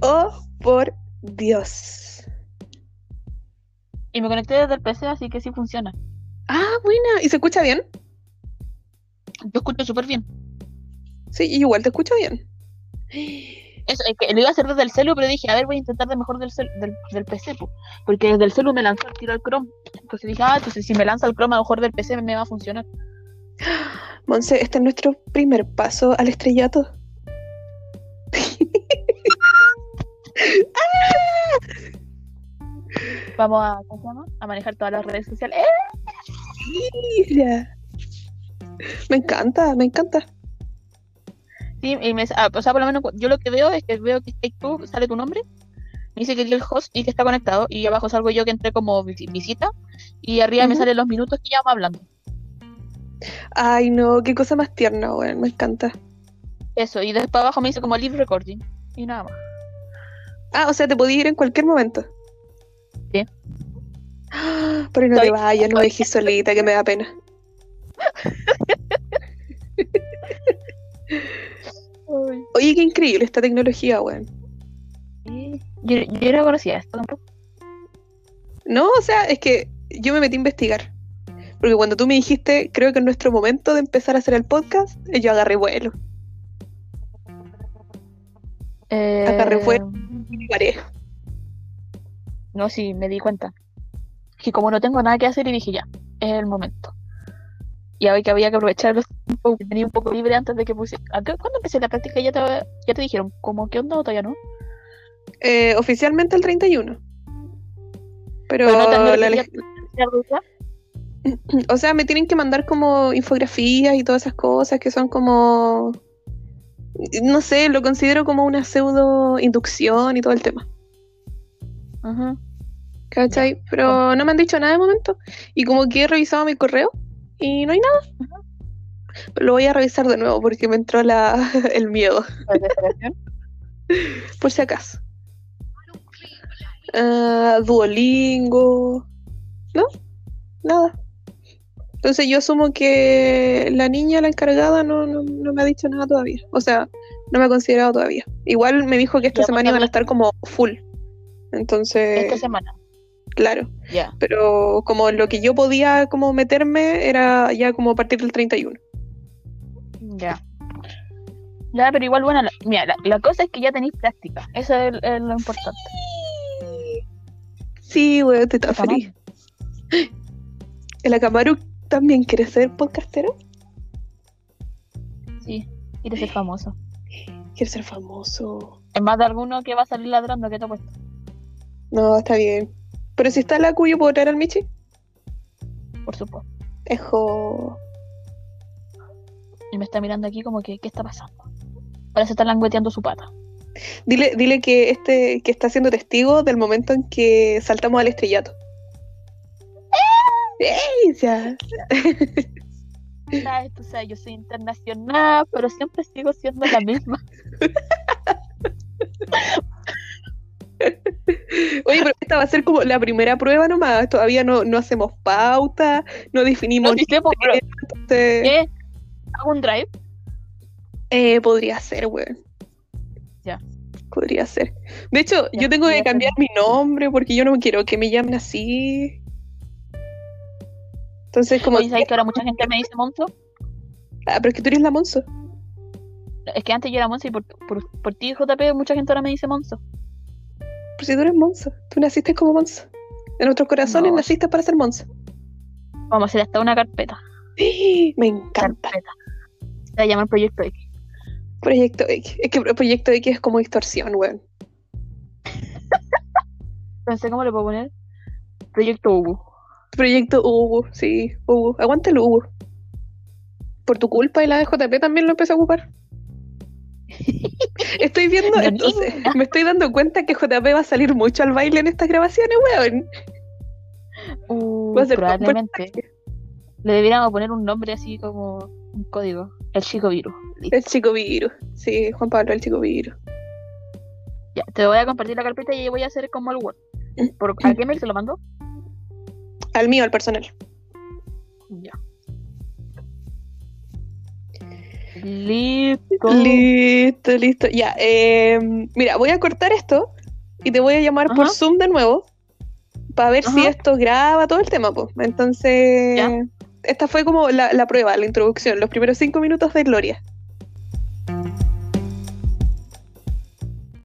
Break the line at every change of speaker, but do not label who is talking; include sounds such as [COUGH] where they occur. Oh, por Dios.
Y me conecté desde el PC, así que sí funciona.
Ah, buena. ¿Y se escucha bien?
Yo escucho súper bien.
Sí, y igual te escucho bien.
Eso, es que lo iba a hacer desde el celu, pero dije, a ver, voy a intentar de mejor del, celu- del, del PC, po. porque desde el celu me lanzó el tiro al Chrome. Entonces dije, ah, entonces si me lanza el Chrome, a lo mejor del PC me va a funcionar.
Monse, este es nuestro primer paso al estrellato.
Vamos a, ¿cómo se llama? A manejar todas las redes sociales. ¡Eh!
Mira. Me encanta, me encanta.
Sí, y me, ah, o sea, por lo menos cu- yo lo que veo es que veo que está tú, sale tu nombre, me dice que es el host y que está conectado, y abajo salgo yo que entré como vi- visita, y arriba me
Ujú.
salen los minutos que llevamos hablando.
Ay, no, qué cosa más tierna, weón. Me encanta.
Eso, y después abajo me dice como live recording, y nada más.
Ah, o sea, te podías ir en cualquier momento.
Sí.
Ah, [GASPS] Pero no te
Estoy-
vayas, no me dejes solita, que me da pena. Oye, qué increíble esta tecnología, weón.
Sí. Yo, yo no conocía esto tampoco.
No, o sea, es que yo me metí a investigar. Porque cuando tú me dijiste, creo que es nuestro momento de empezar a hacer el podcast, yo agarré vuelo.
Eh,
Agarré fuego. y paré.
No, sí, me di cuenta. Que como no tengo nada que hacer y dije ya, es el momento. Y ahora que había que aprovechar los tiempos que tenía un poco libre antes de que puse. ¿A qué- ¿Cuándo empecé la práctica? Ya te, ya te dijeron, como qué onda o todavía no?
Eh, oficialmente el 31. Pero,
Pero no tengo
la
que-
leg- o sea, me tienen que mandar como infografías y todas esas cosas que son como... No sé, lo considero como una pseudo inducción y todo el tema.
Ujú.
¿Cachai?
Oh.
Pero no me han dicho nada de momento. Y como que he revisado mi correo y no hay nada. Lo voy a revisar de nuevo porque me entró la, [LAUGHS] el miedo,
Pues, desesperación.
por si acaso. Ah, Duolingo. ¿No? Nada. Entonces yo asumo que la niña, la encargada, no, no, no me ha dicho nada todavía. O sea, no me ha considerado todavía. Igual me dijo que esta
Ya,
semana
pues,
iban a
también.
estar como full. Entonces,
Esta semana,
claro.
ya.
pero como lo que yo podía como meterme era ya como a partir del 31.
Ya. Ya, pero igual, bueno, la- mira, la, la cosa es que ya tenéis práctica. Eso es, es lo importante.
Sí, weón, te estás
Está mal.
feliz. [LAUGHS] ¿El Akamaru también quiere ser podcastero?
Sí, quieres ser famoso.
Quiere ser famoso.
Es más de alguno que va a salir ladrando que pues, te ha puesto.
No, está bien. Pero si está la cuyo puedo traer al Michi.
Por supuesto.
Ejo.
Y me está mirando aquí como que, ¿qué está pasando? Ahora se está langueteando su [LAUGHS] pata.
Dile, dile que este que está siendo testigo del momento en que saltamos al estrellato. ¡Ey! Ya.
¿Sabes? Tú sabes, yo soy internacional, pero siempre sigo siendo la misma.
Oye, pero esta va a ser como la primera prueba nomás. Todavía no, no hacemos pauta, no definimos
[LAUGHS] No, si sé, pues, pero,
Entonces,
¿qué? ¿Hago un drive?
eh, podría ser, weón.
Ya.
Podría ser. De hecho,
Ya,
yo tengo que
podría
cambiar mi nombre porque yo no quiero que me llamen así. Entonces, como.
Y sabes que ahora mucha gente me dice Monzo.
Ah, pero es que tú eres la Monzo.
Es que antes yo era Monzo y por, por, por ti, JP, mucha gente ahora me dice Monzo.
Pero si tú eres Monzo. Tú naciste como Monzo. En nuestros corazones
No.
naciste para ser Monzo.
Vamos a hacer hasta una carpeta.
[GASPS] Me encanta.
carpeta. Se llama el proyecto X.
Proyecto X. Es que Proyecto X es como distorsión, weón.
Pensé cómo le puedo poner. Proyecto Ubu.
Proyecto Hugo, sí, Hugo. Aguanta el Hugo. Por tu culpa y la de JP también lo empecé a ocupar. Estoy viendo,
Yo
entonces, [LAUGHS] me estoy dando cuenta que JP va a salir mucho al baile en estas grabaciones, weón.
Uh,
Va a ser
probablemente. Le debiéramos poner un nombre así como un código. El chico virus.
El chico virus. Sí, Juan Pablo, el chico virus.
Ya, te voy a compartir la carpeta y ahí voy a hacer como el Word. ¿Por, ¿A qué mail se lo mando?
Al mío, al personal.
Ya. Listo. rico.
Listo, listo. Ya, eh, mira, voy a cortar esto y te voy a llamar por
Ajá.
Zoom de nuevo para ver si
Ajá.
esto graba todo el tema, pues. Entonces,
Ya.
esta fue como la, la prueba, la introducción, los primeros cinco minutos de Gloria.